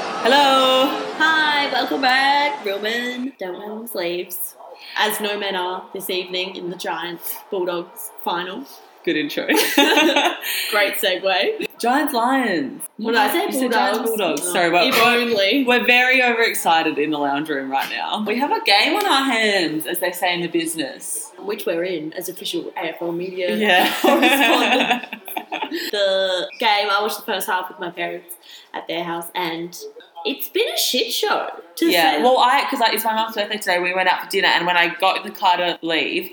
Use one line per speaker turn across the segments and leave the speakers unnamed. Hello.
Hi, welcome back. Real men don't have long sleeves. As no men are this evening in the Giants Bulldogs final.
Good intro.
Great segue.
Giants Lions.
What did I say?
You
Bulldogs.
said Giants Bulldogs. Oh. Sorry, well-
if only.
We're very overexcited in the lounge room right now. We have a game on our hands, as they say in the business.
Which we're in as official AFL media.
Yeah.
Correspondent. The game, I watched the first half with my parents at their house, and it's been a shit show. To
yeah.
say.
Well, I because like, it's my mum's birthday today. We went out for dinner, and when I got in the car to leave,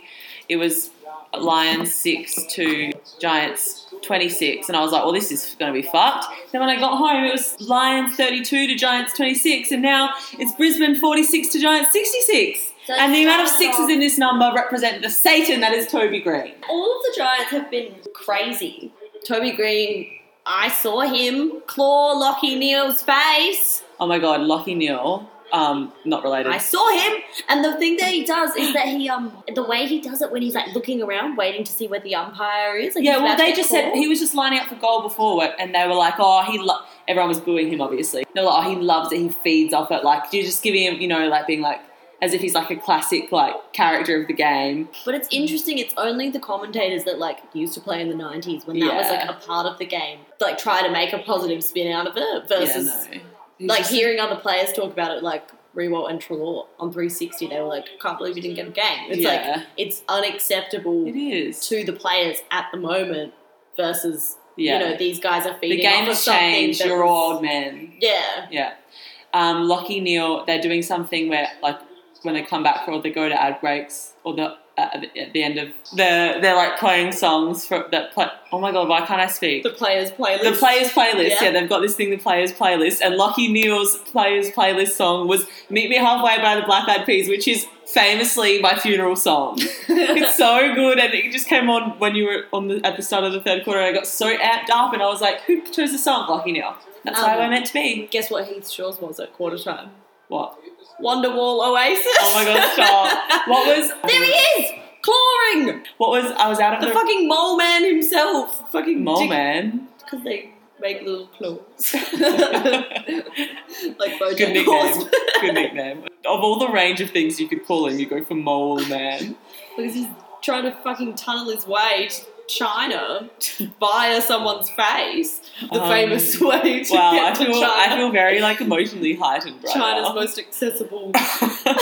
it was Lions six to Giants twenty six, and I was like, "Well, this is going to be fucked." Then when I got home, it was Lions thirty two to Giants twenty six, and now it's Brisbane forty six to Giants sixty six.
So
And the
it's
amount of
not
sixes
wrong.
in this number represent the Satan that is Toby Green.
all of the Giants have been crazy. Toby Green, I saw him claw Lockie Neal's face.
Oh my God, Lockie Neal. Um, not related.
I saw him, and the thing that he does is that he um the way he does it when he's like looking around, waiting to see where the umpire is. Like
Yeah,
he's
well,
about
they
to
just said
call.
he was just lining up for goal before, work, and they were like, "Oh, he." Lo-. Everyone was booing him, obviously. They were like, "Oh, he loves it. He feeds off it." Like you're just giving him, you know, like being like as if he's like a classic like character of the game.
But it's interesting. It's only the commentators that like used to play in the '90s when that was
Yeah.
like a part of the game. Like try to make a positive spin out of it versus
yeah, no. He's
like
just-
hearing other players talk about it, like Rewalt and Trelaw on 360, they were like, "Can't believe you didn't get a game." It's
Yeah.
like it's unacceptable
it is.
to the players at the moment versus
Yeah,
you know these guys are feeding
the game
off of
has
something
changed.
that
You're
was-
old men.
Yeah,
Yeah. Um, Lockie Neal, they're doing something where like when they come back for or they go to ad breaks or the at the- at the end of the they're like playing songs for that play. Oh my god, why can't I speak?
the players' playlist.
The players playlist, yeah.
Yeah.
they've got this thing, the players playlist, and Lockie Neal's players playlist song was "Meet Me Halfway" by the Black Eyed Peas, which is famously my funeral song. it's so good, and it just came on when you were on the, at the start of the third quarter. And I got so amped up, and I was like, "Who chose the song, Lockie Neal?" That's how
Um,
we're meant to be.
Guess what Heath Shaw's was at quarter time?
What?
Wonderwall Oasis.
Oh my god, stop! what was?
there he is, clawing
What was? I was out of
the fucking mole man himself. Fucking
mole man.
because they make little claws.
Good
like Bojack
nickname.
Horseman.
Good nickname. Of all the range of things you could call him, you go for mole man.
because he's trying to fucking tunnel his way to China via someone's face. The
Um,
famous way to
Wow, I
get to
feel
China.
I feel very like emotionally heightened right
China's
now.
most accessible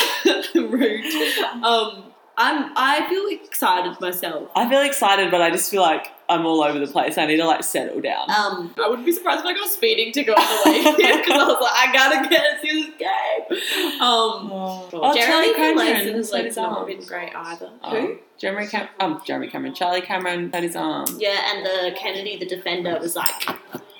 route. Um, I'm I feel excited myself.
I feel excited, but I just feel like I'm all over the place. I need to like settle down.
Um, I wouldn't be surprised if I got a speeding ticket on the way here because I was like, I gotta get and see this game. Um,
oh,
Jeremy
Cameron
Cranley has
hurt
like
his
not
arm.
been great either.
Um, Jeremy Cam- um, Jeremy Cameron, Charlie Cameron um, hurt his arm.
Yeah, and the Kennedy, the defender, was like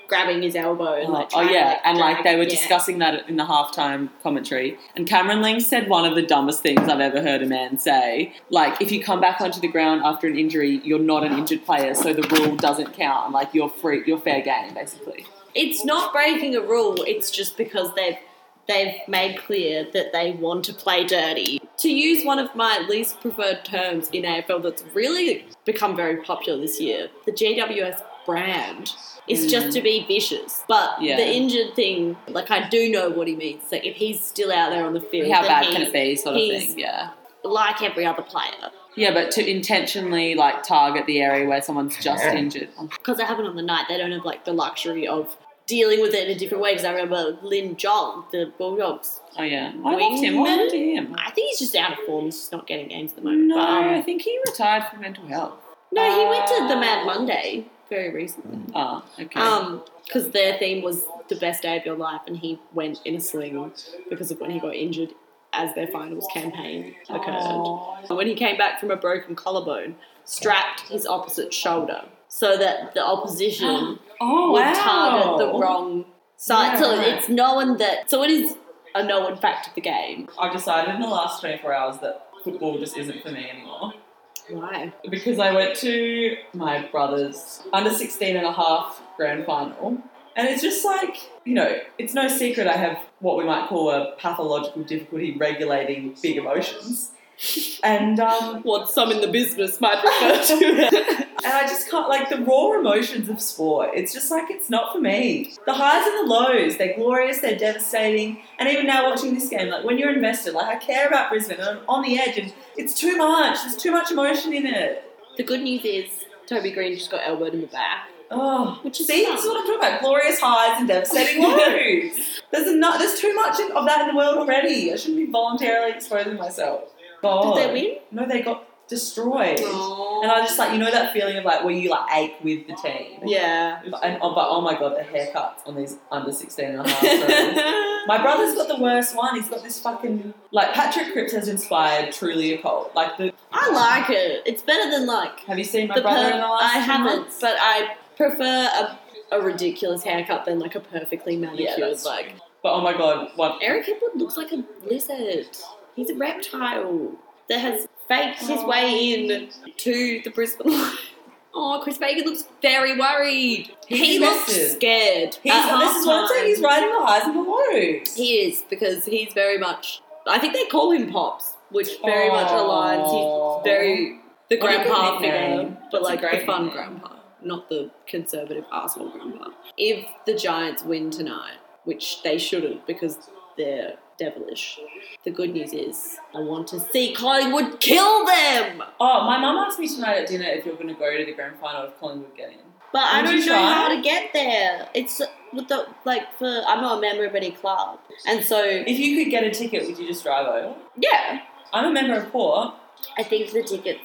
grabbing his elbow and like.
oh
trying to,
yeah, and like
drag
they
him.
were
Yeah.
discussing that in the halftime commentary, and Cameron Ling said one of the dumbest things I've ever heard a man say. Like, if you come back onto the ground after an injury, you're not an injured player, so the rule doesn't count. Like, you're free, you're fair game, basically.
It's not breaking a rule. It's just because they've they've made clear that they want to play dirty. To use one of my least preferred terms in AFL, that's really become very popular this year. The GWS brand is just to be vicious, but
Mm. Yeah.
the injured thing, like I do know what he means. Like if he's still out there on the field,
How
then
bad can
he's
it be, sort of
he's-
thing. Yeah.
Like every other player.
Yeah, but to intentionally like target the area where someone's just injured. Oh,
because it happened on the night, they don't have like the luxury of dealing with it in a different way. Because I remember Lin Jong, the Bulldogs.
Oh yeah, I loved him. What
Wingman?
happened to him? Oh,
I think he's just out of form. He's just not getting games at the moment.
No,
but, um,
I think he retired from mental health.
no, he went to the Mad Monday very recently.
Oh, okay.
Um, because their theme was the best day of your life, and he went in a sling because of when he got injured as their finals campaign occurred.
Aw.
When he came back from a broken collarbone, strapped his opposite shoulder so that the opposition
Oh
would
wow.
target the wrong side.
Yeah,
so
right.
it's known that. So it is a known fact of the game.
I've decided in the last 24 hours that football just isn't for me anymore.
Why?
Because I went to my brother's under 16 and a half grand final. And it's just like, you know, it's no secret I have what we might call a pathological difficulty regulating big emotions. And um,
What some in the business might refer to it.
and I just can't like the raw emotions of sport. It's just like it's not for me. The highs and the lows, they're glorious, they're devastating. And even now watching this game, like when you're invested, like I care about Brisbane and I'm on the edge and it's too much. There's too much emotion in it.
The good news is Toby Green just got elbowed in the back.
Oh,
Which is
see,
fun.
that's what I'm talking about. Glorious highs and devastating lows. There's enough, there's too much in- of that in the world already. I shouldn't be voluntarily exposing myself. God.
Did they win? Oh.
No, they got destroyed.
Aw.
And I just like you know that feeling of like where you like ache with the team.
yeah.
But- And, oh, but oh my god, the haircuts on these under 16 and a half. girls. My brother's got the worst one. He's got this fucking like Patrick Cripps has inspired truly a cult. Like the
I like it. It's better than like
have you seen my
the
brother
per-
in the last?
I
few
haven't,
months?
but I prefer a, a ridiculous haircut than like a perfectly manicured.
that's
like
But oh my god, one
Eric Hipwood looks like a lizard. He's a reptile that has faked his
Aw.
way in to the Brisbane. Lions. Oh, Chris Baker looks very worried. he
He's
looks
invested.
scared.
He's,
at
this is what I'm saying.
halftime.
He's riding the highs and the lows.
He is because he's very much. I think they call him Pops, which very much
Aw.
aligns. He's very the
What a good
grandpa
nickname.
figure, but
That's a
like the
great
fun
nickname.
grandpa, not the conservative asshole grandpa. If the Giants win tonight, which they shouldn't because they're devilish, the good news is I want to see Collingwood kill them.
oh, my mum asked me tonight at dinner if you're going to go to the grand final if Collingwood get in.
But I
Would
don't
you
know
try?
how to get there. It's with the like for I'm not a member of any club, and so
If you could get a ticket, would you just drive over?
yeah,
I'm a member of Port.
I think the tickets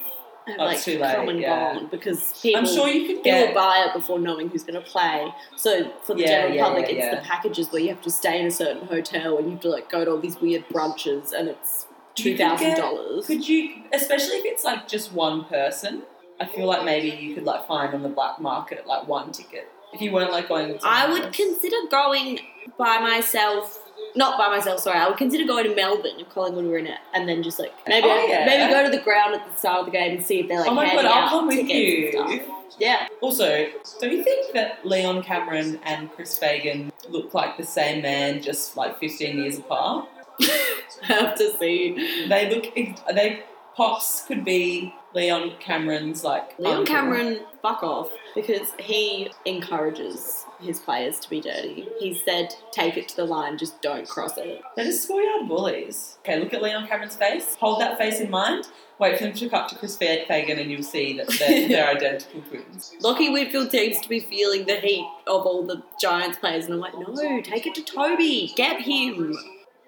have
Oh,
like
it's too late,
come and
yeah.
gone because people
I'm sure you could
people
get.
buy it before knowing who's going to play. So for the
Yeah,
general
yeah,
public,
yeah,
it's
yeah.
the packages where you have to stay in a certain hotel and you have to like go to all these weird brunches and it's
You
two
could get-
thousand dollars.
Could you, especially if it's like just one person? I feel like maybe you could like find on the black market like one ticket if you weren't like going. with
I
someone
would
else.
consider going by myself. Not by myself, sorry. I would consider going to Melbourne if Collingwood were in it, and then just like maybe
Oh, yeah.
maybe go to the ground at the start of the game and see if they're like
oh my
handing
god, I'll
out
come with
tickets and
you.
stuff. Yeah,
Also, do you think that Leon Cameron and Chris Fagan look like the same man, just like 15 years apart?
I have to see.
They look. They pops could be Leon Cameron's like
Leon
uncle.
Cameron, fuck off, because he encourages his players to be dirty. He said, take it to the line, just don't cross it.
They're just schoolyard bullies. Okay, look at Leon Cameron's face. Hold that face in mind. Wait for them to cut to Chris Fa- Fagan, and you'll see that they're, they're identical twins.
Lockie Whitfield seems to be feeling the heat of all the Giants players, and I'm like, no, take it to Toby, get him.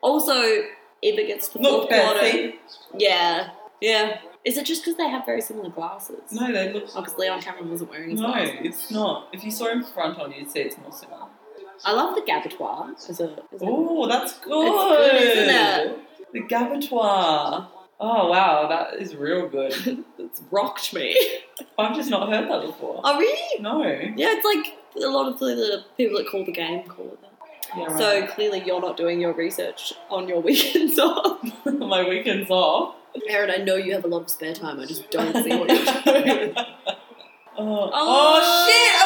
Also, if it gets to the
Look,
fourth quarter,
Betsy.
yeah, yeah. Is it just because they have very similar glasses?
No, they look.
because Leon Cameron wasn't wearing his
No,
glasses.
it's not. If you saw him front on, you'd see it's more similar.
I love the gabatoir as a. As a
Oh, that's good.
good, isn't it?
The gabatoir. Oh wow, that is real good.
it's rocked me.
I've just not heard that before.
oh, really?
No. Yeah,
Yeah, it's like a lot of the, the people that call the game call it that.
right.
So clearly, you're not doing your research on your weekends off.
my weekend's off.
Aaron, I know you have a lot of spare time. I just don't see what you're doing.
oh, oh,
Oh.
shit, a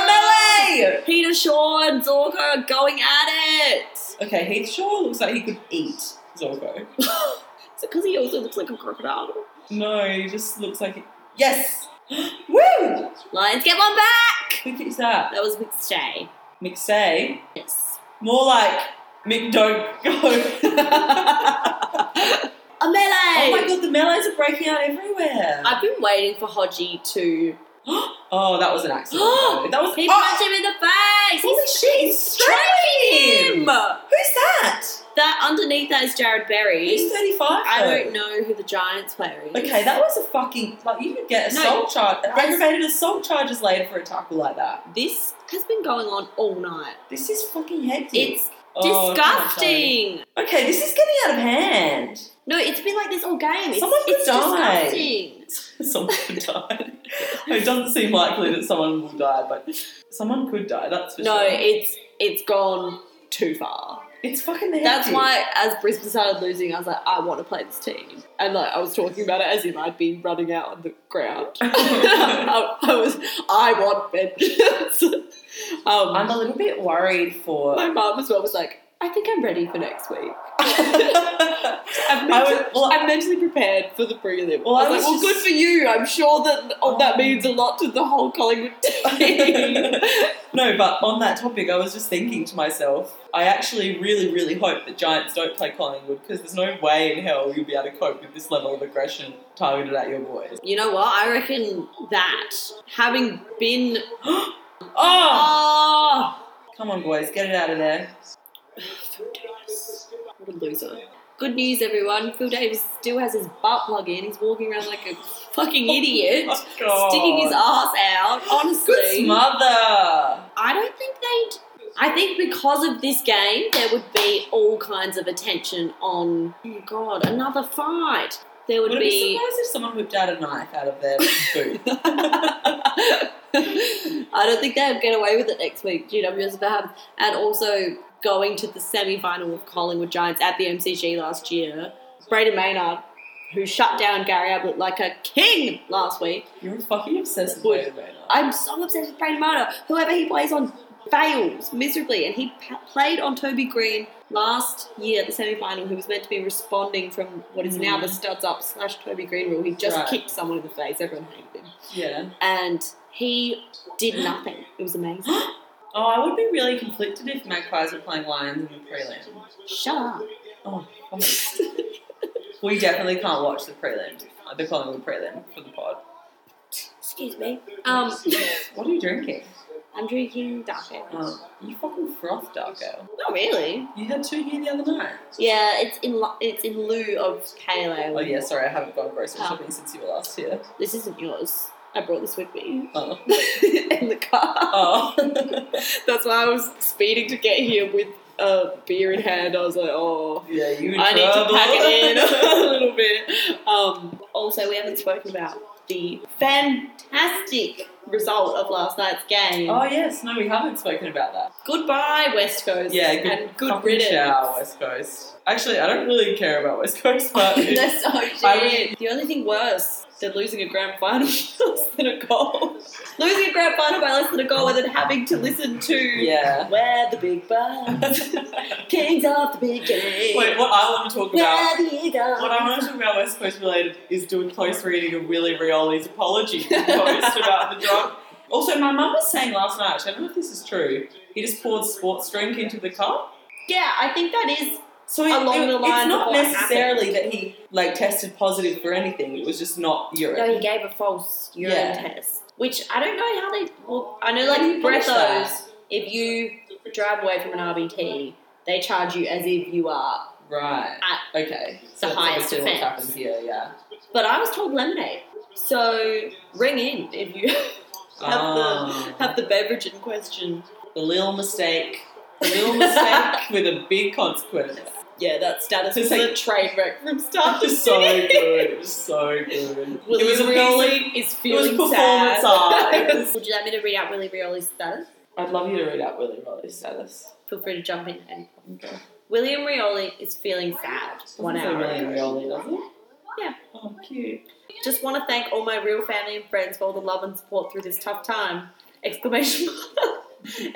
melee!
Peter Shaw and Zorko are going at it. Is
Okay, he sure looks like he could eat Zorko.
it because he also looks like a crocodile?
No, he just looks like he... Yes! Woo!
Lions get one back.
Who keeps that?
That was McStay.
McSay?
Yes.
More like Oh McDon't go.
A melee.
oh my god, the melees are breaking out everywhere.
I've been waiting for Hodgie to.
oh, that was an accident. though. that was...
He
Oh,
punched him in the face.
holy shit, he's
He's
striking
him.
him! Who's that?
That underneath that is Jared Berry.
He's 35
I
though.
don't know who the Giants player is.
Okay, that was a fucking like you could get
No,
assault charge,
that's-
aggravated assault charges laid for a tackle like that.
This has been going on all night.
This is fucking hectic.
It's
Oh, come on, Charlie.
disgusting.
okay, this is getting out of hand.
No, it's been like this all game. It's,
Someone could
it's
die.
disgusting.
someone could die. it doesn't seem likely that someone will die, but someone could die. That's for
No,
sure.
it's it's gone too far.
it's fucking hectic.
That's why, as Brisbane started losing, I was like, I want to play this team, and like I was talking about it as if I'd be running out on the ground. I, I was, I want vengeance. um,
I'm a little bit worried for.
my mum as well was like, I think I'm ready for next week.
I
I'm, mentally,
was, well,
I'm mentally prepared for the prelim.
Well,
I was,
I was
like,
just-
well, good for you. I'm sure that oh, that
Um.
means a lot to the whole Collingwood team.
no, but on that topic, I was just thinking to myself, I actually really, really hope that Giants don't play Collingwood because there's no way in hell you'll be able to cope with this level of aggression targeted at your boys.
you know what? I reckon that having been
Oh!
oh,
Come on, boys, get it out of there.
Phil Davis. What a loser. Ah. Good news, everyone. Phil Davis still has his butt plug in. He's walking around like a fucking idiot,
Oh, God.
sticking his ass out. Honestly,
Good smother!
I don't think they'd. I think because of this game, there would be all kinds of attention on. Oh my god, another fight. There would,
Would it be
be.
surprised if someone whipped out a knife out of their boot?
I don't think they'd get away with it next week. GWS if it happens, and also going to the semi-final of Collingwood Giants at the MCG last year. Braden Maynard, who shut down Gary Ablett like a king last week.
You're fucking obsessed with
Would-
Wayne Raynor.
I'm so obsessed with Braden Maynard. Whoever he plays on fails miserably, and he p- played on Toby Green last year at the semi-final, who was meant to be responding from what is now the studs up slash Toby Green rule. He just
Mm. Right.
kicked someone in the face. Everyone hated him
Yeah.
and he did nothing. It was amazing.
Oh, I would be really conflicted if Magpies were playing Lions in the prelim.
Shut up.
Oh, goodness. we definitely can't watch the prelim, uh, the Collingwood prelim for the pod.
Excuse me. Um,
What are you drinking?
I'm drinking dark ale.
Oh, you fucking frothed up, girl.
Not really.
You had two here the other night.
Yeah, it's in li- it's in lieu of pale ale.
Oh yeah, sorry, I haven't gone grocery
Oh.
shopping since you were last here.
This isn't yours. I brought this with me
Oh,
in the car.
oh.
That's why I was speeding to get here with a beer in hand. I was like, oh.
yeah, you in
I need to
trouble.
pack it in a little bit. Um, also, we haven't spoken about the fantastic result of last night's game.
Oh yes, no, we haven't spoken about that.
Goodbye, West Coast.
Yeah, good,
and good
fucking
riddance.
Shower, West Coast. Actually, I don't really care about West Coast, but
That's so
I
shit. The only thing worse than losing a grand final by less than a goal. losing a grand final by less than a goal and then having to listen to
yeah.
We're the big bucks, kings of the big game.
Wait, what I want to talk about
We're the eagles.
What I want to talk about West Coast related is doing close reading of Willie Rioli's apology post about the drug. Also, my mum was saying last night, actually, I don't know if this is true, he just poured sports drink into the cup.
Yeah, I think that is
So he-
Along
it-
the lines
it's not
of what
necessarily that he like tested positive for anything. It was just not urine.
No, he gave a false urine
Yeah.
test, which I don't know how they. Well, I know like
How do you punish
breathos. If you drive away from an RBT, they charge you as if you are.
right.
At
okay. So that's
highest
obviously what
offence.
happens here, yeah.
But I was told lemonade, so ring in if you have
Ah,
the have the beverage in question.
the little mistake. The little mistake with a big consequence.
Yeah, that status
It's
was
like-
a train wreck from
That
start to
was so
finish.
good. It was so good.
Willy
it was a piece of
Rioli is feeling
performance
sad.
art.
Would you like me to read out Willie Rioli's status?
I'd love you to read out Willie Riley's status.
Feel free to jump in. And
Okay.
William Rioli is feeling sad. One hour.
William
ago.
Rioli, does it?
Yeah.
Oh, cute.
Just want to thank all my real family and friends for all the love and support through this tough time! Exclamation mark.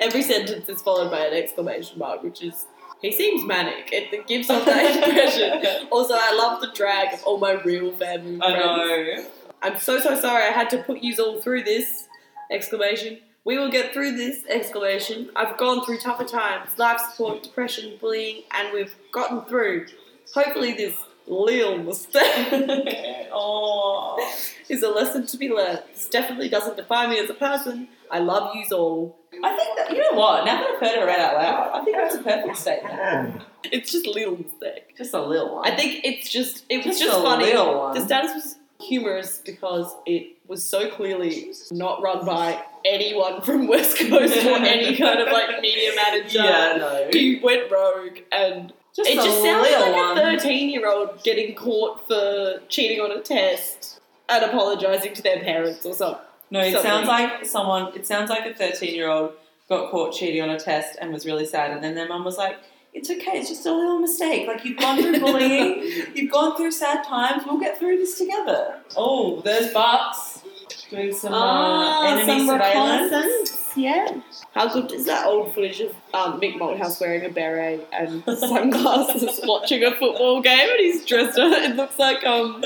Every sentence is followed by an exclamation mark, which is he seems manic. It, it gives off that impression. Also, I love the drag of all my real family. And
I
friends.
know.
I'm so so sorry. I had to put you all through this! Exclamation. We will get through this! Exclamation. I've gone through tougher times, life support, depression, bullying, and we've gotten through. Hopefully, this little mistake.
oh.
is a lesson to be learned. This definitely doesn't define me as a person. I love yous all.
I think that, you know what? Now that I've heard it read out loud, I think that's a perfect statement.
It's just a little mistake.
Just a little one.
I think it's just it was
Just
just,
a
funny.
little one.
The status was humorous because it was so clearly not run by anyone from West Coast or any kind of like media manager.
yeah, no.
He went rogue and
Just
it
a
just sounded
little
like
one.
a 13 year old getting caught for cheating on a test and apologising to their parents or something.
No, it
Something.
sounds like someone. It sounds like a thirteen-year-old got caught cheating on a test and was really sad, and then their mum was like, "It's okay. It's just a little mistake. Like you've gone through bullying, you've gone through sad times. We'll get through this together." Oh, there's Bucks doing some uh,
Ah,
enemy
some
Ah,
uh,
surveillance.
reconnaissance. yet. How good is that old footage of um, Mick Malthouse wearing a beret and sunglasses watching a football game and he's dressed up? It looks like um.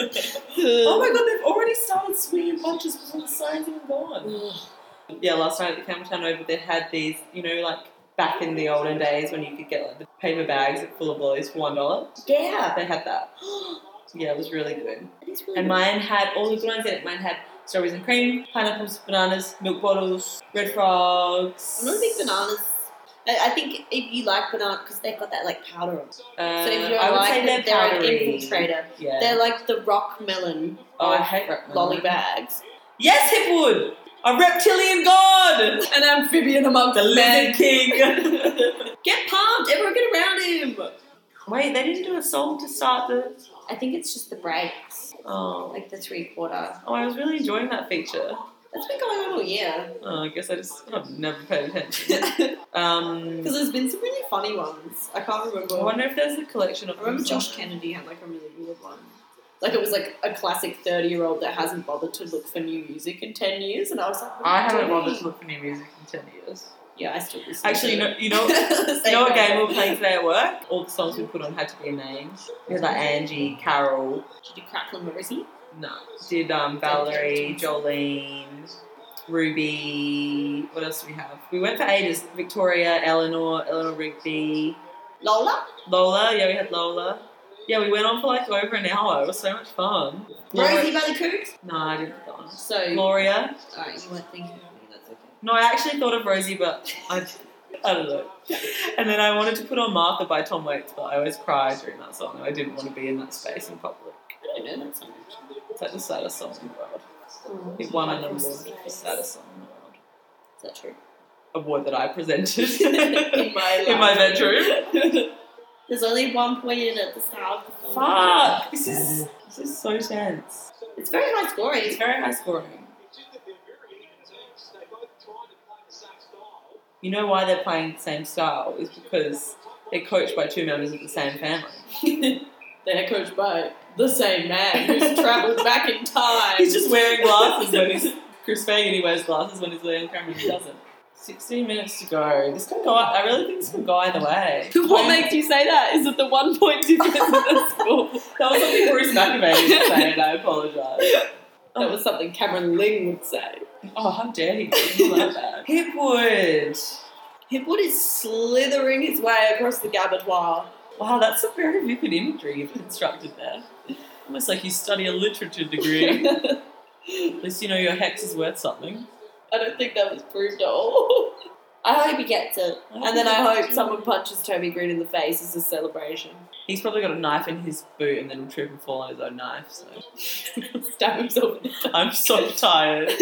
Oh my god, they've already started swinging punches before the sign's even gone. Yeah, last night at the Campbelltown Oval, they had these, you know, like back in the olden days when you could get like the paper bags full of lollies for one dollar. Yeah, they had that. Yeah, it was really good. And mine had all the good ones in it. Mine had strawberries and cream, pineapples, bananas, milk bottles, red frogs. Uh,
I'm not a big bananas. I, I think if you like banana, because they've got that like powder on. So
Uh,
if you don't
I would
like
say
them,
they're
they're an
powdery.
infiltrator.
Yeah.
They're like the rock melon
oh, I
of
hate rock melon.
lolly bags.
Yes, Hipwood! A reptilian god!
An amphibian among
The Lizard King!
Get pumped! Everyone get around him!
Wait, they didn't do a song to start the.
I think it's just the brakes,
Oh.
like the three quarter.
oh, I was really enjoying that feature.
That's been going on all year.
Oh, I guess I just I've never paid attention.
Because
Um,
there's been some really funny ones. I can't remember.
I wonder if there's a collection of.
I remember
them
Josh
somewhere.
Kennedy had like a really weird one. Like it was like a classic thirty year old that hasn't bothered to look for new music in ten years, and I was like, what
I
are you
haven't
doing?
bothered to look for new music in ten years.
Yeah, I still listen.
Actually, you
to
know, you know,
it.
you know what
Same
game we were playing today at work? All the songs we put on had to be named. We had like Angie, Carol,
Did you crack Lamorisi?
no, did um, Valerie, Jolene, Ruby. What else do we have? We went for ages. Victoria, Eleanor, Eleanor Rigby,
Lola?
Lola. Yeah, we had Lola. Yeah, we went on for like over an hour. It was so much fun. Gloria-
Rosie by the Cougs?
No, I didn't put that on.
So, alright,
Gloria.
you weren't thinking of me, that's okay.
No, I actually thought of Rosie, but I, I don't know. And then I wanted to put on Martha by Tom Waits, but I always cried during that song. and I didn't want to be in that space in public.
I don't know that song.
It's like the saddest song in the world.
Oh,
It won an award for saddest song in the world.
Is that true?
Award that I presented
In my
in my
life.
bedroom.
There's only one point in at the start. of the song.
Fuck! This is this is so tense.
It's very high
It's
scoring.
very high scoring. You know why they're playing the same style is because they're coached by two members of the same family.
They're coached by the same man who's travelled back in time.
He's just wearing glasses when he's Chris Fagan. He wears glasses when he's on camera. He doesn't. Sixteen minutes to go. This could go. I really think this could go either way.
What makes you say that? Is it the one point difference in the score?
That was something Bruce McAvey was saying. I apologise.
That was something Cameron Ling would say.
Oh, how dare he? do me Like that. Hipwood.
Hipwood is slithering his way across the gabatoir.
Wow, that's some very vivid imagery you've constructed there. Almost like you study a literature degree.
I
At least you know your hex is worth something.
don't think that was proved at all. I hope he gets it. And then I hope someone punches Toby Green in the face as a celebration.
He's probably got a knife in his boot and then will trip and fall on his own knife. So
Stab himself in
I'm so tired.
the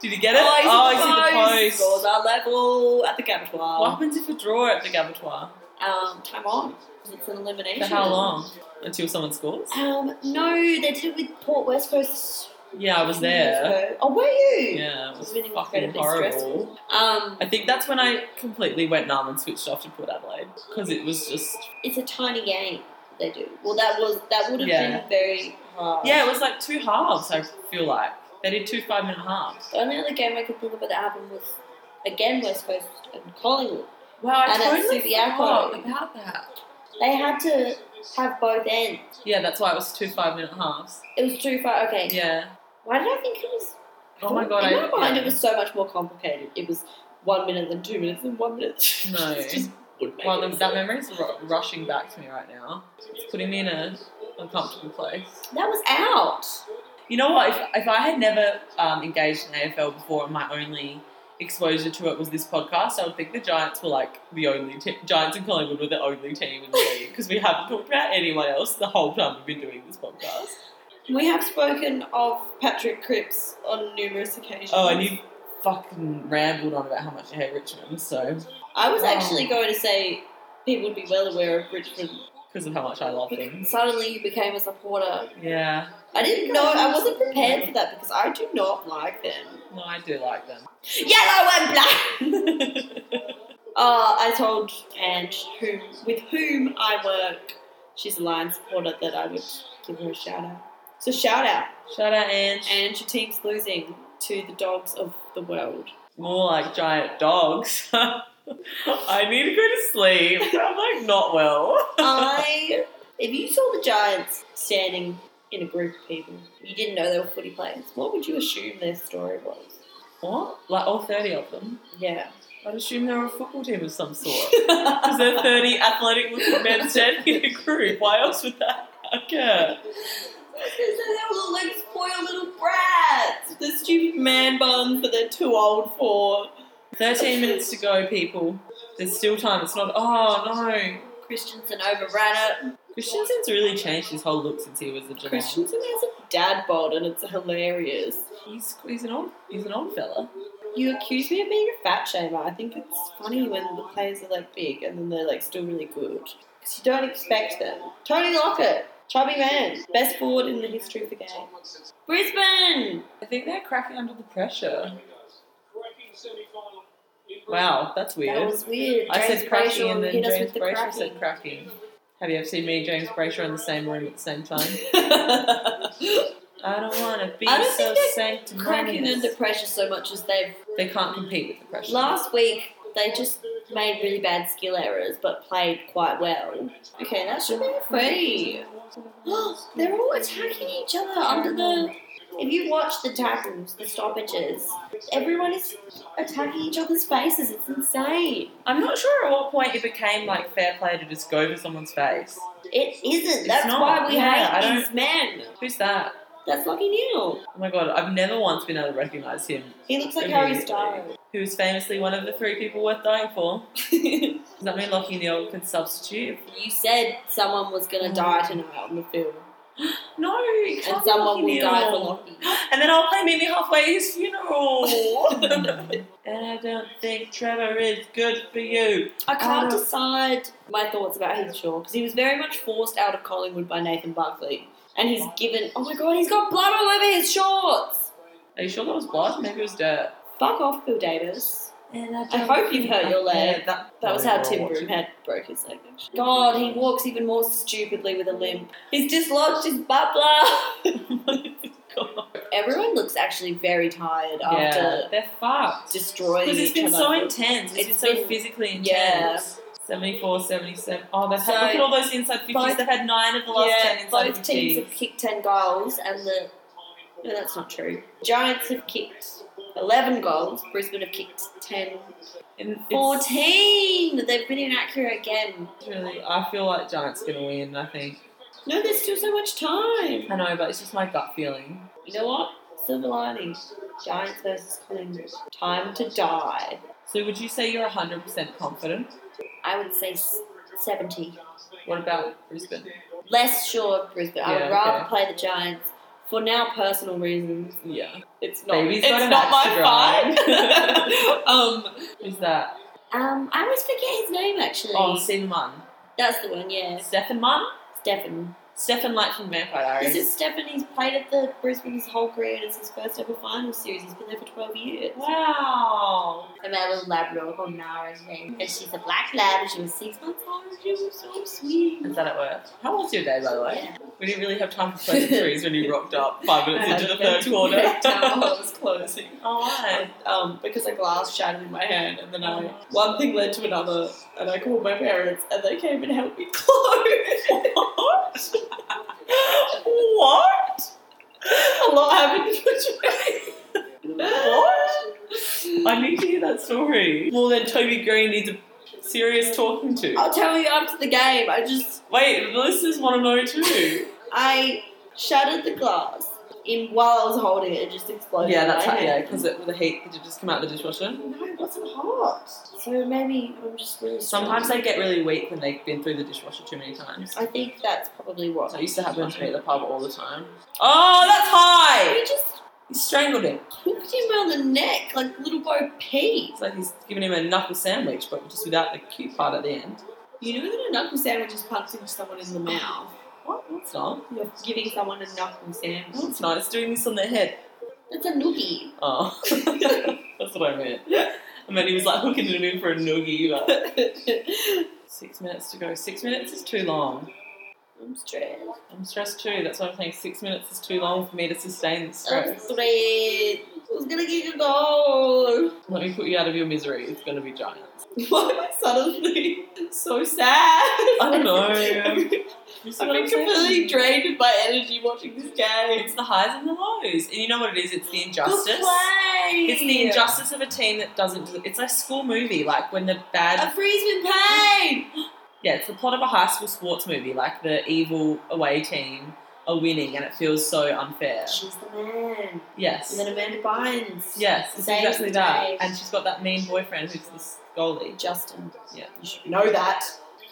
Did he get it? oh, he's in the
Scores
post.
our level at the gabatoir.
What happens if you draw at the Gabatoir?
Um, time on. It's an elimination.
For how long? Until someone scores?
Um, no, they did it with Port West Coast.
Yeah, I was there.
Oh, were you?
Yeah, it was
Winning was
fucking
incredibly
horrible.
Um,
I think that's when I completely went numb and switched off to Port Adelaide because it was just
it's a tiny game they do. Well, that was that would have
Yeah.
been very hard.
Yeah, it was like two halves, I feel like. They did two five minute halves.
The only other game I could think of at the album was again West Coast and Collingwood.
Wow, I
And at
totally
Subiaco.
forgot about that.
They had to have both ends.
Yeah, that's why it was two five minute halves.
It was too far. Okay,
Yeah.
why did I think it was?
Oh my god,
In
I
my mind,
yeah.
it was so much more complicated. It was one minute, then two minutes, then one minute.
No.
It just wouldn't make
Wow,
any
the, that
sense.
memory's ru- rushing back to me right now. It's putting me in a uncomfortable place.
that was out.
You know what? If, if I had never um, engaged in AFL before and my only exposure to it was this podcast, I would think the Giants were like the only te- Giants and Collingwood were the only team in the league because we haven't talked about anyone else the whole time we've been doing this podcast.
We have spoken of Patrick Cripps on numerous occasions.
Oh, and you fucking rambled on about how much you hate Richmond, so
I was
Oh.
actually going to say people would be well aware of Richmond.
because of how much I love
But
them.
suddenly you became a supporter.
Yeah,
I didn't know, I wasn't prepared for that because I do not like them.
no, I do like them.
Yellow and black! uh, I told Ange, whom, with whom I work, she's a Lion supporter, that I would give her a shout out. So shout out.
Shout out Ange.
And your team's losing to the dogs of the world.
more like giant dogs. I need to go to sleep. I'm like not well.
I, if you saw the Giants standing in a group of people, you didn't know they were footy players, what would you assume their story was?
What? Like all 30 of them?
Yeah.
I'd assume they're a football team of some sort. Because they're 30 athletic looking men standing in a group. Why else would that occur?
they all look like spoiled little brats. The stupid man buns that they're too old for.
13 minutes to go, people. There's still time. It's not, oh no.
Christensen overran it.
Christensen's really changed his whole look since he was a Geelong.
Christensen has a dad bod and it's hilarious.
He's, he's, an old, he's an old fella.
You accuse me of being a fat shamer. I think it's funny when the players are like big and then they're like still really good. Because you don't expect them. Tony Lockett, chubby man, best forward in the history of the game. Brisbane!
I think they're cracking under the pressure. Wow, that's weird.
That was weird.
I
James
said cracking and
Brayshaw
then
hit us
James
with the
Brayshaw
cracking.
said cracking. Have you ever seen me and James Brayshaw in the same room at the same time?
I
I don't want to be
I don't
so
think they're cracking under
sanctimonious.
pressure so much as they've.
They can't compete with the pressure.
Last week, they just made really bad skill errors but played quite well. Okay, that should be free. They're all attacking each other under the. If you watch the tackles, the stoppages, everyone is attacking each other's faces. It's insane.
I'm not sure at what point it became like fair play to just go for someone's face.
It isn't. That's
not.
why we
Yeah, I
hate
don't-
these men.
Who's that?
That's Lucky Neil.
Oh my god, I've never once been able to recognise him.
He looks like
Okay.
Harry Styles.
Who's famously one of the three people worth dying for. Does that mean Lockie Neal can substitute?
You said someone was gonna die tonight on the film,
No, it can't
and
be
someone
Lachie
will die for
Neale.
Lockie.
And then I'll play Mimi halfway at his funeral. and I don't think Trevor is good for you.
I can't
don't-
decide my thoughts about his Shaw because he was very much forced out of Collingwood by Nathan Buckley, and he's given. Oh my god, he's got blood all over his shorts.
Are you sure that was blood? Maybe it was dirt.
Fuck off, Bill Davis. I hope you've hurt your leg.
that,
That was how Tim Broom had broke his leg. actually. God, he walks even more stupidly with a limp. He's dislodged his bubbler. Everyone looks actually very tired
Yeah,
after
they're fucked.
destroying
Because it's
each
been
other.
so intense. It's,
It's
been so
been-
physically
yeah.
intense. 74, 77. Oh, they've had,
So-
look at all those inside 50s.
Both-
they've had nine of the last 10
yeah,
inside
both teams
50s.
have kicked 10 goals, and the. No, that's not true. Giants have kicked 11 goals, Brisbane have kicked 10.
And it's
14! They've been inaccurate again.
Really, I feel like Giants going to win, I think.
No, there's still so much time.
I know, but it's just my gut feeling.
You know what? Silver lining. Giants versus Collingwood. Time to die.
So would you say you're 100% confident?
I would say s- 70.
What about Brisbane?
Less sure of Brisbane. I
Yeah,
would rather
okay.
play the Giants for now personal reasons.
Yeah.
It's not.
Baby's got
it's
an
not
axe to
my fight. um,
Who's that?
Um, I always forget his name actually.
Oh, Stephen Martin.
That's the one, yeah.
Stephen Martin?
Stefan.
Stephen Light from Vampire
This
Diaries.
is Stefan. He's played at the Brisbane his whole career and it's his first ever final series. He's been there for 12 years.
Wow.
I met a little Labrador called Nara's name. And she's a black lab and she was six months old and she was so sweet.
Is that at work? How was your day, by the way?
Yeah.
We didn't really have time for pleasantries when you rocked up five
I
minutes
had
into the
a
third
mental
quarter.
breakdown while I was closing.
Oh, right.
Um, because a glass shattered in my hand, and then I one thing led to another, and I called my parents, and they came and helped me close.
What? what?
a lot happened between.
What? I need to hear that story. Well, then Toby Green needs a serious talking to.
I'll tell you after the game. I just
Wait, the listeners want to know too.
I shattered the glass in while I was holding it. It just exploded.
Yeah,
in
that's
my
how, yeah,
hand.
because the heat did it just come out of the dishwasher.
No, it wasn't hot. So maybe I'm just really.
Sometimes
strong.
they get really weak when they've been through the dishwasher too many times.
I think that's probably what
That used to happen to me at the pub all the time. Oh, that's high!
I just
He strangled him.
hooked him around the neck like little Bo Peep.
It's like he's giving him a knuckle sandwich, but just without the cute part at the end.
You know that a knuckle sandwich is punching someone in the mouth.
What? That's not.
You're giving someone a knuckle
No,
sandwich.
it's not. It's doing this on the head.
That's a noogie.
Oh. that's what I meant. I meant he was like hooking it in for a noogie. But six minutes to go. Six minutes is too long.
I'm stressed.
I'm stressed too. That's why I'm saying six minutes is too long for me to sustain the
I'm
stress.
stressed. Who's gonna kick a goal?
Let me put you out of your misery. It's going to be Giants.
Why am I suddenly so sad? I
don't know.
I've been completely drained of my energy watching this game.
It's the highs and the lows. And you know what it is? It's the
Good
injustice.
play.
It's the injustice of a team that doesn't. do- It's like a school movie, like when the
A
bad.
free's been paid.
Yeah, it's the plot of a high school sports movie, like the evil away team are winning and it feels so unfair.
She's the man.
Yes.
And then Amanda Bynes.
Yes, it's
Saves
exactly
the day.
that. And she's got that mean boyfriend who's this goalie.
Justin.
Yeah.
You should know that.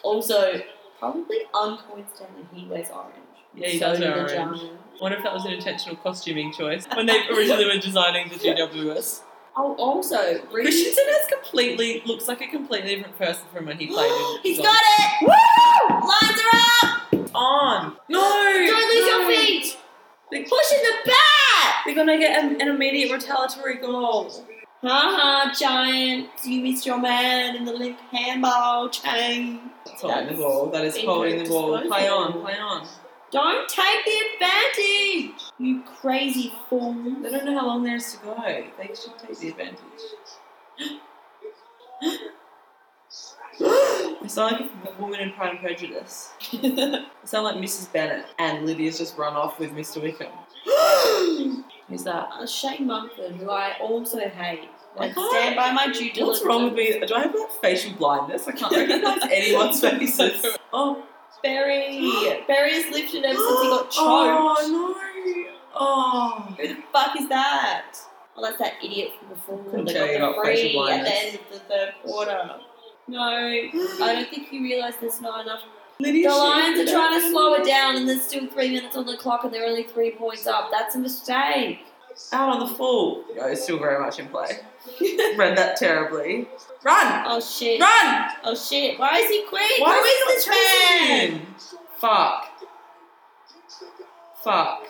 Also, probably uncoincidentally, he wears orange.
Yeah, he
So
does wear
the
orange.
giant.
I wonder if that was an intentional costuming choice when they originally were designing the GWS.
Oh, also, Reed.
Christensen has completely looks like a completely different person from when he played. in
He's
Zon-
got it! Woo! Lines are up!
on. No,
Don't lose
no.
your feet! Push in the back!
They're gonna get an, an immediate retaliatory goal.
Ha ha, giant! You missed your man in the limp handball chain.
That's holding the ball. That is holding the ball. Play on, play on.
Don't take the advantage! You crazy fool.
They don't know how long there is to go. They should take the advantage. I sound like a woman in Pride and Prejudice. I sound like Mrs. Bennet, and Lydia's just run off with Mr. Wickham. Who's that?
Uh, Shane Mumford, who I also hate.
I
I
can't-
stand by my due diligence.
What's wrong with me? Do I have like facial blindness? I can't recognize anyone's faces. Oh,
Barry? Barry has lived it ever since he got choked.
Oh no! Oh,
Who the fuck is that? Well, that's that idiot from before.
Couldn't
that
tell
got
you
the
about
free
facial
at the
blindness.
end of the third quarter. No, I don't think you realise there's not enough.
Lydia
The Lions are trying to slow it down, and there's still three minutes on the clock, and they're only three points up. That's a mistake.
out on the full. No, it's still very much in play. Read that terribly. Run!
Oh shit!
Run!
Oh shit! Why is he quick?
Why
Who
is he
is this man?
not train? Fuck. Fuck.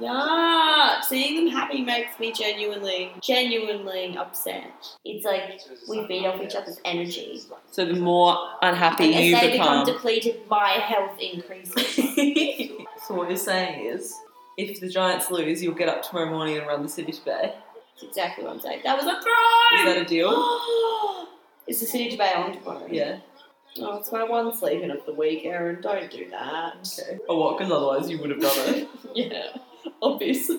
Yeah, seeing them happy makes me genuinely, genuinely upset. It's like we feed off each other's energy.
So the more unhappy
And as they become depleted, my health increases.
so what you're saying is, if the Giants lose, you'll get up tomorrow morning and run the city to bay.
That's exactly what I'm saying. That was a
Is that
crime!
a deal?
Is the city debate on tomorrow?
Yeah.
Oh, it's my one sleeping of the week, Erin. Don't do that.
Okay. Or Oh, what? Because otherwise you would have done it.
yeah, obviously.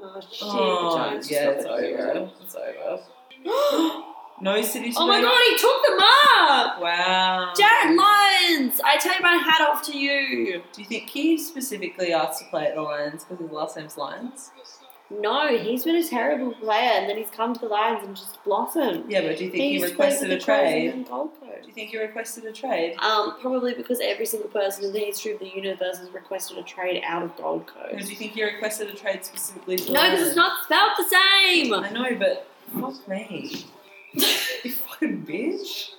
Oh, shit.
Oh,
the Giants
yeah,
just
it's
got it.
over. It's over. no city to
Oh my
bay.
god, he took them up!
Wow.
Jared Lyons, I take my hat off to you.
Do you think he specifically asked to play at the Lions because his last name's Lions?
No, he's been a terrible player, and then he's come to the Lions and just blossomed.
Yeah, but do you think
He's
he requested a trade?
Gold
Do you think he requested a trade?
Um, probably because every single person in the history of the universe has requested a trade out of Gold
Or do
Coast.
you think he requested a trade specifically for
No, because
Lions?
it's not spelled the same.
I know, but fuck me. you fucking bitch.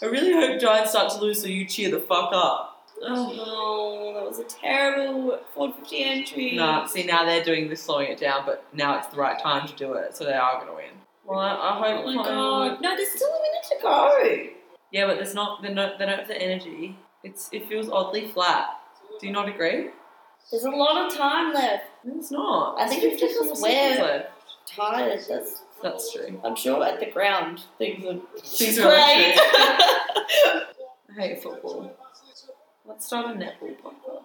I really hope Giants start to lose so you cheer the fuck up. Ugh.
Oh, that was a terrible 450 entry.
Nah, see now they're doing this slowing it down, but now it's the right time to do it, so they are gonna win. Well, I, I hope
Oh my
Collingwood-
god. No, there's still a minute to go.
Yeah, but there's not they don't they don't have the energy. It's it feels oddly flat. Do you not agree?
There's a lot of time left.
No, it's not.
I think it's because
It's
we're-
left.
Tired. That's,
That's true.
I'm sure at the ground things are
Things are
great.
I hate football. Let's start a netball podcast.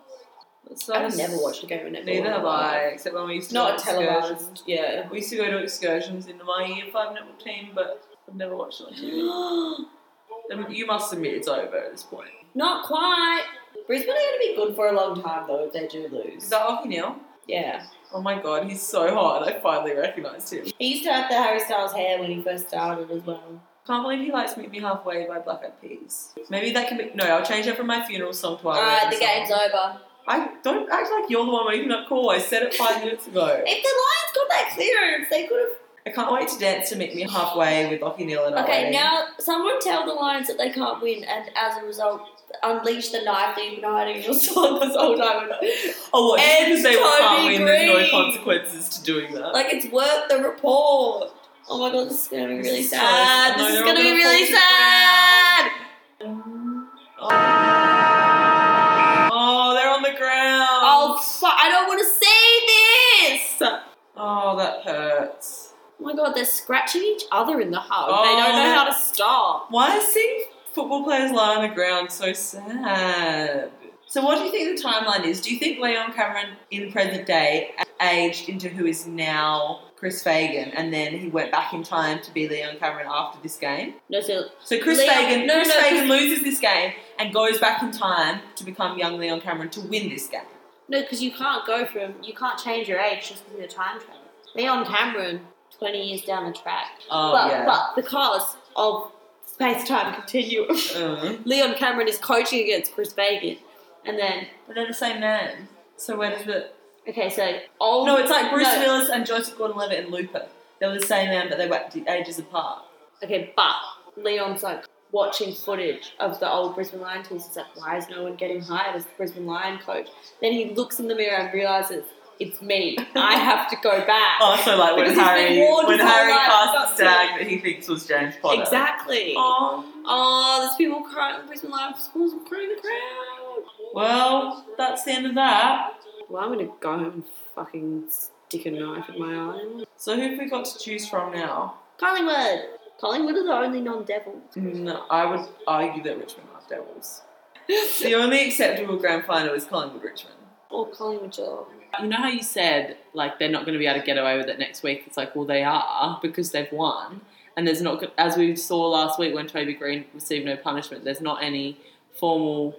Let's start
I've
a-
never watched a game of netball.
Neither have I, except when we used to
Not
go on excursions.
televised. Yeah.
We used to go to excursions into my year five netball team, but I've never watched it on TV. Um, You must admit it's over at this point.
Not quite. Brisbane are going to be good for a long time though if they do
Is
lose.
that Lockie Neal?
Yeah.
Oh my god, he's so hot. I finally recognised him.
He used to have the Harry Styles hair when he first started as well.
Can't believe he likes Meet Me Halfway by Black Eyed Peas. Maybe that can be. No, I'll change that from my funeral song to our
Alright,
wedding
Ah, the
song.
game's over.
I don't act like you're the one making that call. I said it five minutes ago.
If the Lions got that clearance, they could have.
I can't wait to dance to Meet Me Halfway with Lockie Neal and our
Okay,
wedding.
now someone tell the Lions that they can't win, and as a result, unleash the knife that you've been hiding in your sword this whole time.
Oh, what?
Ed
Because they can't
Toby
win, there's
Green.
no consequences to doing that.
Like it's worth the report. Oh my god, this is gonna be really
This is
sad.
so-
This
no,
is
they're
gonna
all gonna
be
fall
really
to the
sad.
oh, they're on the ground.
Oh, fu- I don't want to see this.
Oh, that hurts.
my god, they're scratching each other in the hug.
Oh.
They don't know how to stop.
Why is seeing football players lie on the ground so sad? So, what do you think the timeline is? Do you think Leon Cameron in present day aged into who is now Chris Fagan and then he went back in time to be Leon Cameron after this game?
No, so
So, Chris
Leon-
Fagan,
no,
Chris
no,
Fagan loses this game and goes back in time to become young Leon Cameron to win this game.
no, because you can't go from you can't change your age just because you're time travel. Leon Cameron, twenty years down the track,
Oh,
but
yeah.
but because of space time continuum,
Uh,
Leon Cameron is coaching against Chris Fagan, and then
but they're the same man. So, where does the.
okay, so old
Oh, No, it's like Bruce
no,
Willis and Joseph Gordon Levitt and Looper. They were the same man, but they were ages apart.
Okay, but Leon's like watching footage of the old Brisbane Lion teams. He's like, why is no one getting hired as the Brisbane Lion coach? Then he looks in the mirror and realizes it's me. I have to go back.
Oh, so like when
Because he's been
Harry
warned
when
his whole
Harry
life
casts
not
a
to.
stag that he thinks was James Potter.
exactly. Oh,
Oh.
there's people crying. Brisbane Lion schools are crying the crowd.
Well, that's the end of that.
Well, I'm gonna go home and fucking stick a knife in my eye.
So who have we got to choose from now?
Collingwood. Collingwood are the only non-devil.
Mm-hmm.
No, Mm, I would argue that Richmond are devils. The only acceptable grand final is Collingwood Richmond.
or Collingwood Geelong.
You know how you said like they're not going to be able to get away with it next week? It's like, well, they are because they've won, and there's not as we saw last week when Toby Green received no punishment. There's not any formal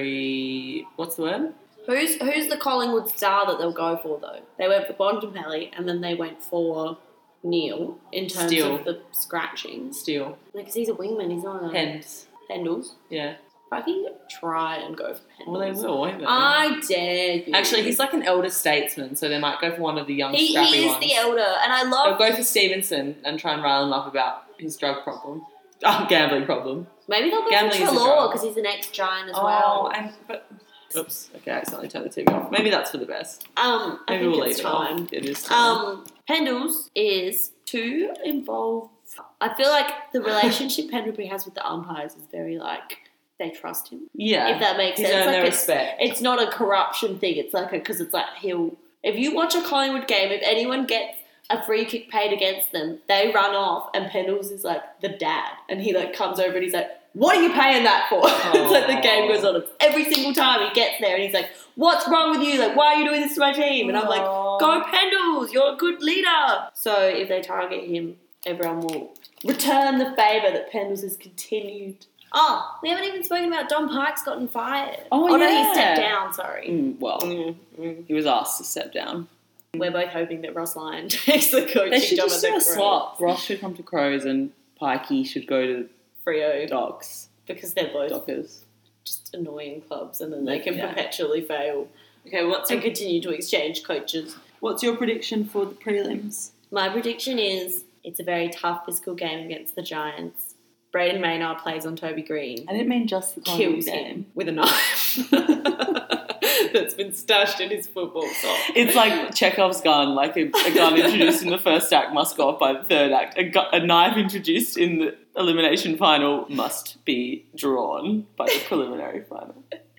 re what's the word?
Who's who's the Collingwood star that they'll go for though? They went for Bontempelli and then they went for Neil in terms
Steele.
of the scratchings.
Steel
Because he's a wingman, he's not a
pens.
Pendles.
Yeah,
Fucking try and go for Pendles.
well they will, won't they?
I dare you.
Actually, he's like an elder statesman, so they might go for one of the young
he,
scrappy
he is
ones.
the elder, and I
They'll
love.
go for Stevenson and try and rile him up about his drug problem, oh, gambling problem.
Maybe they'll go
Gambling
for
is a
Trelaw
drug.
because he's an ex-giant as
oh,
well.
and but oops, okay, I accidentally turned the TV off. Maybe that's for the best.
Um, I
Maybe
think
we'll
it's
leave
time.
it off. It is time.
Um, Pendles is too involved. I feel like the relationship Pendlebury has with the umpires is very like they trust him.
yeah,
If that makes
he's
sense,
earned
Like,
their
it's,
respect.
it's not a corruption thing. It's like because it's like he'll. If you watch a Collingwood game, if anyone gets a free kick paid against them, they run off, and Pendles is like the dad, and he like comes over and he's like, "What are you paying that for?" it's like the game goes on. It's every single time he gets there, and he's like, "What's wrong with you? Like, why are you doing this to my team?" And I'm like. Go Pendles, you're a good leader. So if they target him, everyone will return the favour that Pendles has continued. Oh, we haven't even spoken about Don Pike's gotten fired.
Oh,
no,
yeah.
he stepped down, sorry.
Mm, well,
mm.
he was asked to step down.
We're both hoping that Ross Lyon takes the coaching
Mm. They should
job
just
at
do
the
a swap. Ross should come to Crows and Pikey should go to the
Frio
Docs,
because they're both
Dockers.
just annoying clubs and then they can
Yeah.
perpetually fail
Okay, what's
and continue to exchange coaches.
what's your prediction for the prelims?
My prediction is it's a very tough physical game against the Giants. Braden Maynard plays on Toby Green.
I didn't mean just the
kills him with a knife that's been stashed in his football sock.
It's like Chekhov's gun, like a, a gun introduced in the first act must go off by the third act. A, gu- a knife introduced in the elimination final must be drawn by the preliminary final.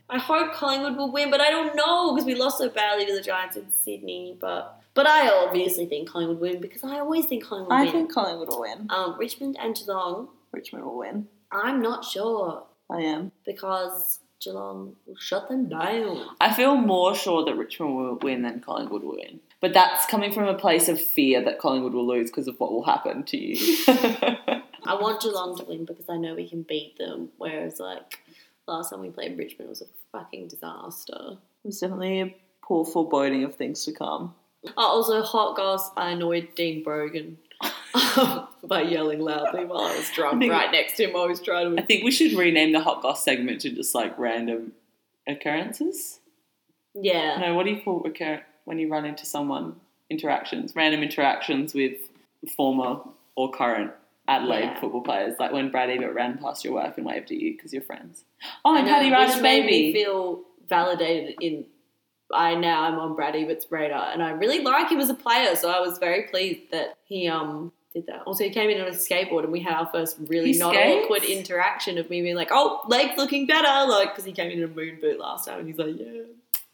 I hope Collingwood will win, but I don't know because we lost so badly to the Giants in Sydney. But but I obviously think Collingwood win because I always think Collingwood win.
Collingwood will win.
um, Richmond and Geelong.
Richmond will win.
I'm not sure
I am.
because Geelong will shut them down.
I feel more sure that Richmond will win than Collingwood will win. But that's coming from a place of fear that Collingwood will lose because of what will happen to you.
I want Geelong to win because I know we can beat them. Whereas like last time we played Richmond it was a fucking disaster.
it's definitely a poor foreboding of things to come.
Oh, also, hot goss, I annoyed Dean Brogan by yelling loudly while I was drunk
I think-
right next to him. I was trying
I
to.
think we should rename the hot goss segment to just like random occurrences.
Yeah.
No, what do you call recur- when you run into someone? Interactions, random interactions with former or current Adelaide
Yeah.
football players, like when Brad Ebert ran past your work and waved at you because you're friends. Oh, and
I know,
Paddy Ryder's
which made me
baby.
feel validated in. I now I'm on Brad Ebert's radar, and I really like him as a player, so I was very pleased that he um did that. Also, he came in on a skateboard, and we had our first really
He
not
skates?
awkward interaction of me being like, "Oh, legs looking better," like because he came in in a moon boot last time, and he's like, "Yeah."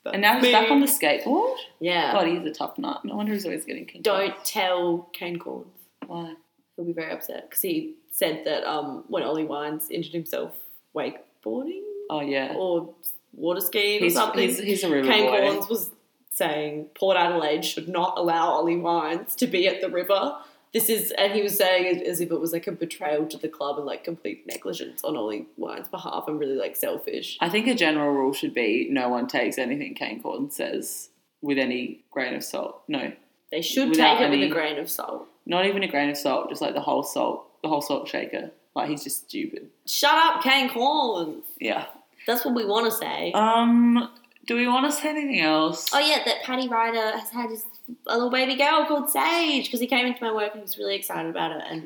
that's
and now he's
me."
back on the skateboard.
yeah.
God, he's a tough nut. No wonder he's always getting kicked. out.
Don't tell Kane Corns.
Why?
He'll be very upset because he said that um, when Ollie Wines injured himself wakeboarding
Oh yeah.
or water skiing
He's,
or something,
he's, he's a river
Kane
boy.
Corns was saying Port Adelaide should not allow Ollie Wines to be at the river. This is, and he was saying it as if it was like a betrayal to the club and like complete negligence on Ollie Wines' behalf and really like selfish.
I think a general rule should be no one takes anything Kane Corn says with any grain of salt. No,
They should
Without
take it
any-
with a grain of salt.
not even a grain of salt. Just like the whole salt, the whole salt shaker. Like he's just stupid.
Shut up, Kane Corns.
Yeah.
That's what we want to say.
Um. Do we want to say anything else?
oh yeah, that Paddy Ryder has had his a little baby girl called Sage because he came into my work and he was really excited about it, and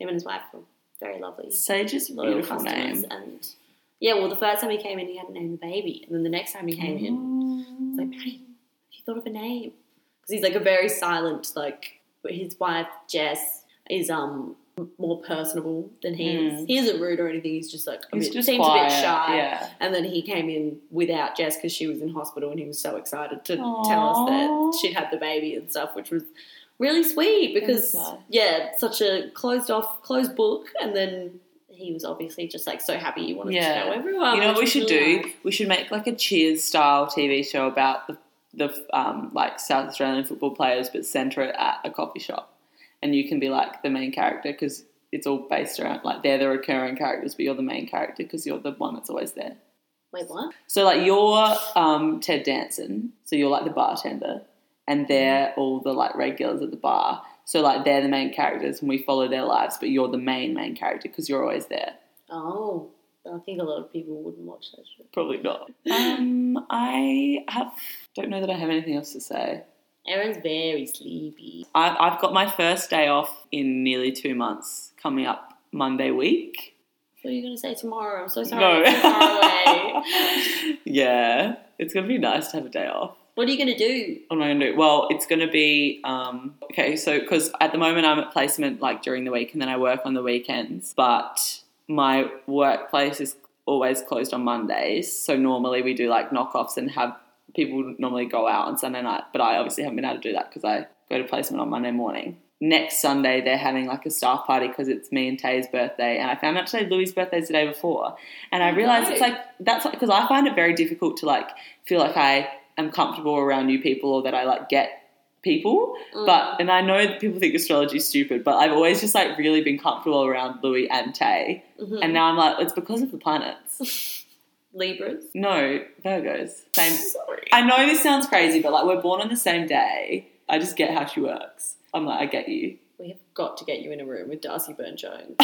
him and his wife were very lovely,
Sage is a
loyal
beautiful
customers.
name.
And yeah, well, the first time he came in, he hadn't named the baby, and then the next time he came in,
Mm.
it's like Paddy, have you thought of a name? Because he's like a very silent, like but his wife Jess is um more personable than he is. He isn't rude or anything. He's just like
Mm.
a
He's
bit-
just
seems
quiet.
a bit shy.
Yeah.
And then he came in without Jess because she was in hospital and he was so excited to tell us that
Aww.
she'd had the baby and stuff, which was really sweet because,
That's nice.
yeah, such a closed off, closed book. And then he was obviously just like so happy he wanted
Yeah.
to know everyone.
you know what we
which
should
was really
do?
nice.
We should make like a Cheers style TV show about the the um, like South Australian football players, but centre it at a coffee shop, and you can be like the main character because it's all based around like they're the recurring characters, but you're the main character because you're the one that's always there.
Wait, what?
So like you're um, Ted Danson, so you're like the bartender, and they're all the like regulars at the bar. So like they're the main characters, and we follow their lives, but you're the main main character because you're always there.
Oh, I think a lot of people wouldn't watch that show.
Probably not. Um, I have don't know that I have anything else to say.
Erin's very sleepy.
I've, I've got my first day off in nearly two months coming up Monday week.
What are you going to say tomorrow? I'm so sorry.
No.
it's so far away.
yeah, it's gonna be nice to have a day off.
what are you going to do?
What am I going to do? Well, it's going to be um, okay. So, because at the moment I'm at placement like during the week and then I work on the weekends, but my workplace is always closed on Mondays. So, normally we do like knockoffs and have people normally go out on Sunday night, but I obviously haven't been able to do that because I go to placement on Monday morning. Next Sunday, they're having like a staff party because it's me and Tay's birthday, and I found out today Louis' birthday's the day before, and I realised it's
Right.
like that's because I find it very difficult to like feel like I am comfortable around new people or that I like get people.
Mm.
But and I know that people think astrology is stupid, but I've always just like really been comfortable around Louis and Tay,
Mhm.
and now I'm like it's because of the planets.
Libras?
No, Virgos. Same.
Sorry.
I know this sounds crazy, but like we're born on the same day. I just get how she works. I'm like, I get you.
We have got to get you in a room with Darcy Byrne Jones.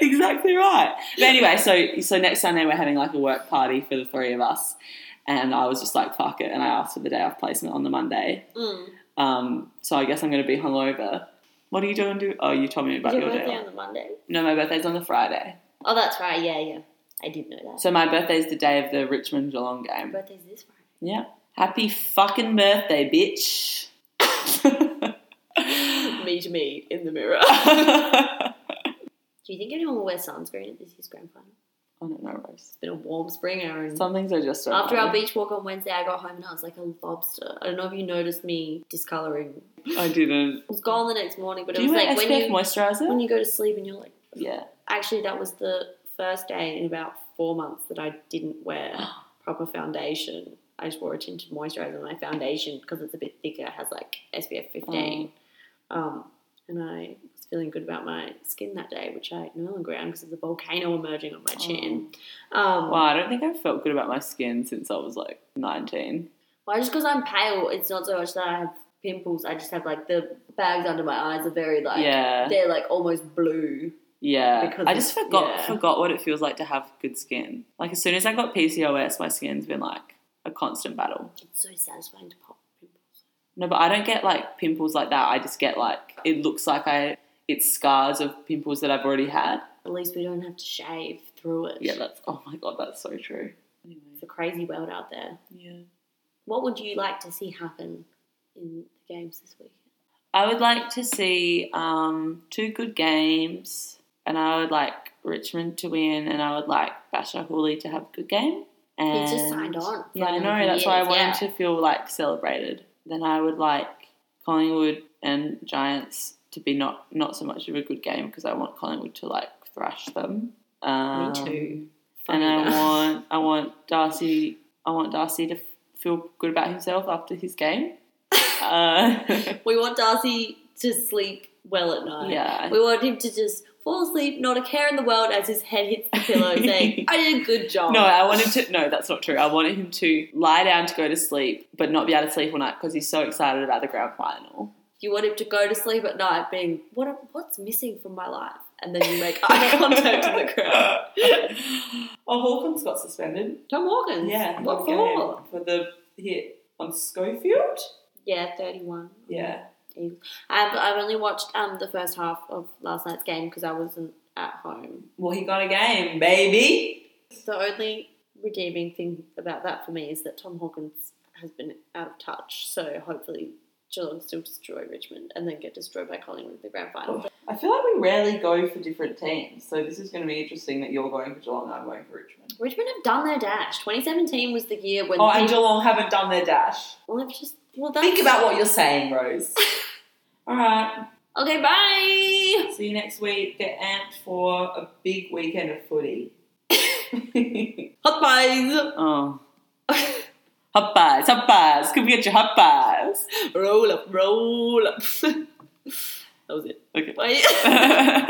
exactly right. But anyway, so so next Sunday we're having like a work party for the three of us, and I was just like, fuck it, and I asked for the day off placement on the Monday.
Mm.
Um, so I guess I'm going to be hungover. What are you doing? Do oh, you told me
Is
about
your
your day.
birthday
off.
on the Monday?
No, my birthday's on the Friday.
Oh, that's right. Yeah, yeah. I did know that.
So my birthday's the day of the Richmond Geelong
My
game.
birthday's this Friday.
Yeah. Happy fucking birthday, bitch. Oh,
Meet me in the mirror.
I
Do you think anyone will wear sunscreen at this year's grand final?
don't know, Rose.
It's been a warm spring, Aaron.
Some things are just. don't
After
know.
our beach walk on Wednesday, I got home and I was like a lobster. I don't know if you noticed me discoloring. It
I didn't.
was gone the next morning, but
Do
it
you
was
wear
like
SPF
when you
moisturizer?
when you go to sleep and you're like,
yeah.
actually, that was the first day in about four months that I didn't wear proper foundation. I just wore a tinted moisturizer on my foundation because it's a bit thicker. It has like SPF 15. Um, and I was feeling good about my skin that day, which I no longer am because there's a volcano emerging on my chin. Um,
Well, I don't think I've felt good about my skin since I was like 19.
Why? Just because I'm pale, it's not so much that I have pimples. I just have like the bags under my eyes are very like
yeah.
they're like almost blue.
Yeah.
because
I just
it's-
forgot
yeah.
forgot what it feels like to have good skin. Like as soon as I got PCOS, my skin's been like a constant battle.
It's so satisfying to pop pimples.
No, but I don't get like pimples like that. I just get like it looks like I it's scars of pimples that I've already had.
At least we don't have to shave through it.
Yeah, that's oh my god, that's so true. Anyway,
It's a crazy world out there.
yeah.
What would you like to see happen in the games this week?
I would like to see um, two good games, and I would like Richmond to win, and I would like Basha Hooley to have a good game. And
He's just signed on. for
Yeah, I know.
another
That's why I
years,
want
yeah.
him to feel like celebrated. Then I would like Collingwood
and Giants to be not not so much of a good game because I want Collingwood to like thrash them. Um,
Me too.
And
Funny
I
enough.
want I want Darcy I want Darcy to feel good about himself after his game. Uh,
we want Darcy to sleep well at night.
yeah,
We want him to just fall asleep, not a care in the world, as his head hits the pillow, saying, "I did a good job."
No, I wanted to. No, that's not true. I wanted him to lie down to go to sleep, but not be able to sleep all night because he's so excited about the grand final.
You want him to go to sleep at night, being, "What? What's missing from my life?" And then you make eye contact with the crowd.
Oh, Hawkins got suspended.
Tom Hawkins.
Yeah.
What
game
for?
For the hit on Schofield?
Yeah, thirty-one.
Yeah.
I've, I've only watched um the first half of last night's game because I wasn't at home.
Well, he got a game, baby.
The only redeeming thing about that for me is that Tom Hawkins has been out of touch, so hopefully Geelong still destroy Richmond and then get destroyed by Collingwood in the grand final.
I feel like we rarely go for different teams, so this is going to be interesting that you're going for Geelong and I'm going for Richmond.
Richmond have done their dash. 2017 was the year when
Oh,
they
and Geelong haven't done their dash.
well, I've just well, that's...
Think about what you're saying, Rose. All right.
Okay, bye.
See you next week. Get amped for a big weekend of footy.
Hot pies.
Oh, hot bars, hot bars. Come get your hot bars.
roll up, roll up. that was it.
Okay.
Bye.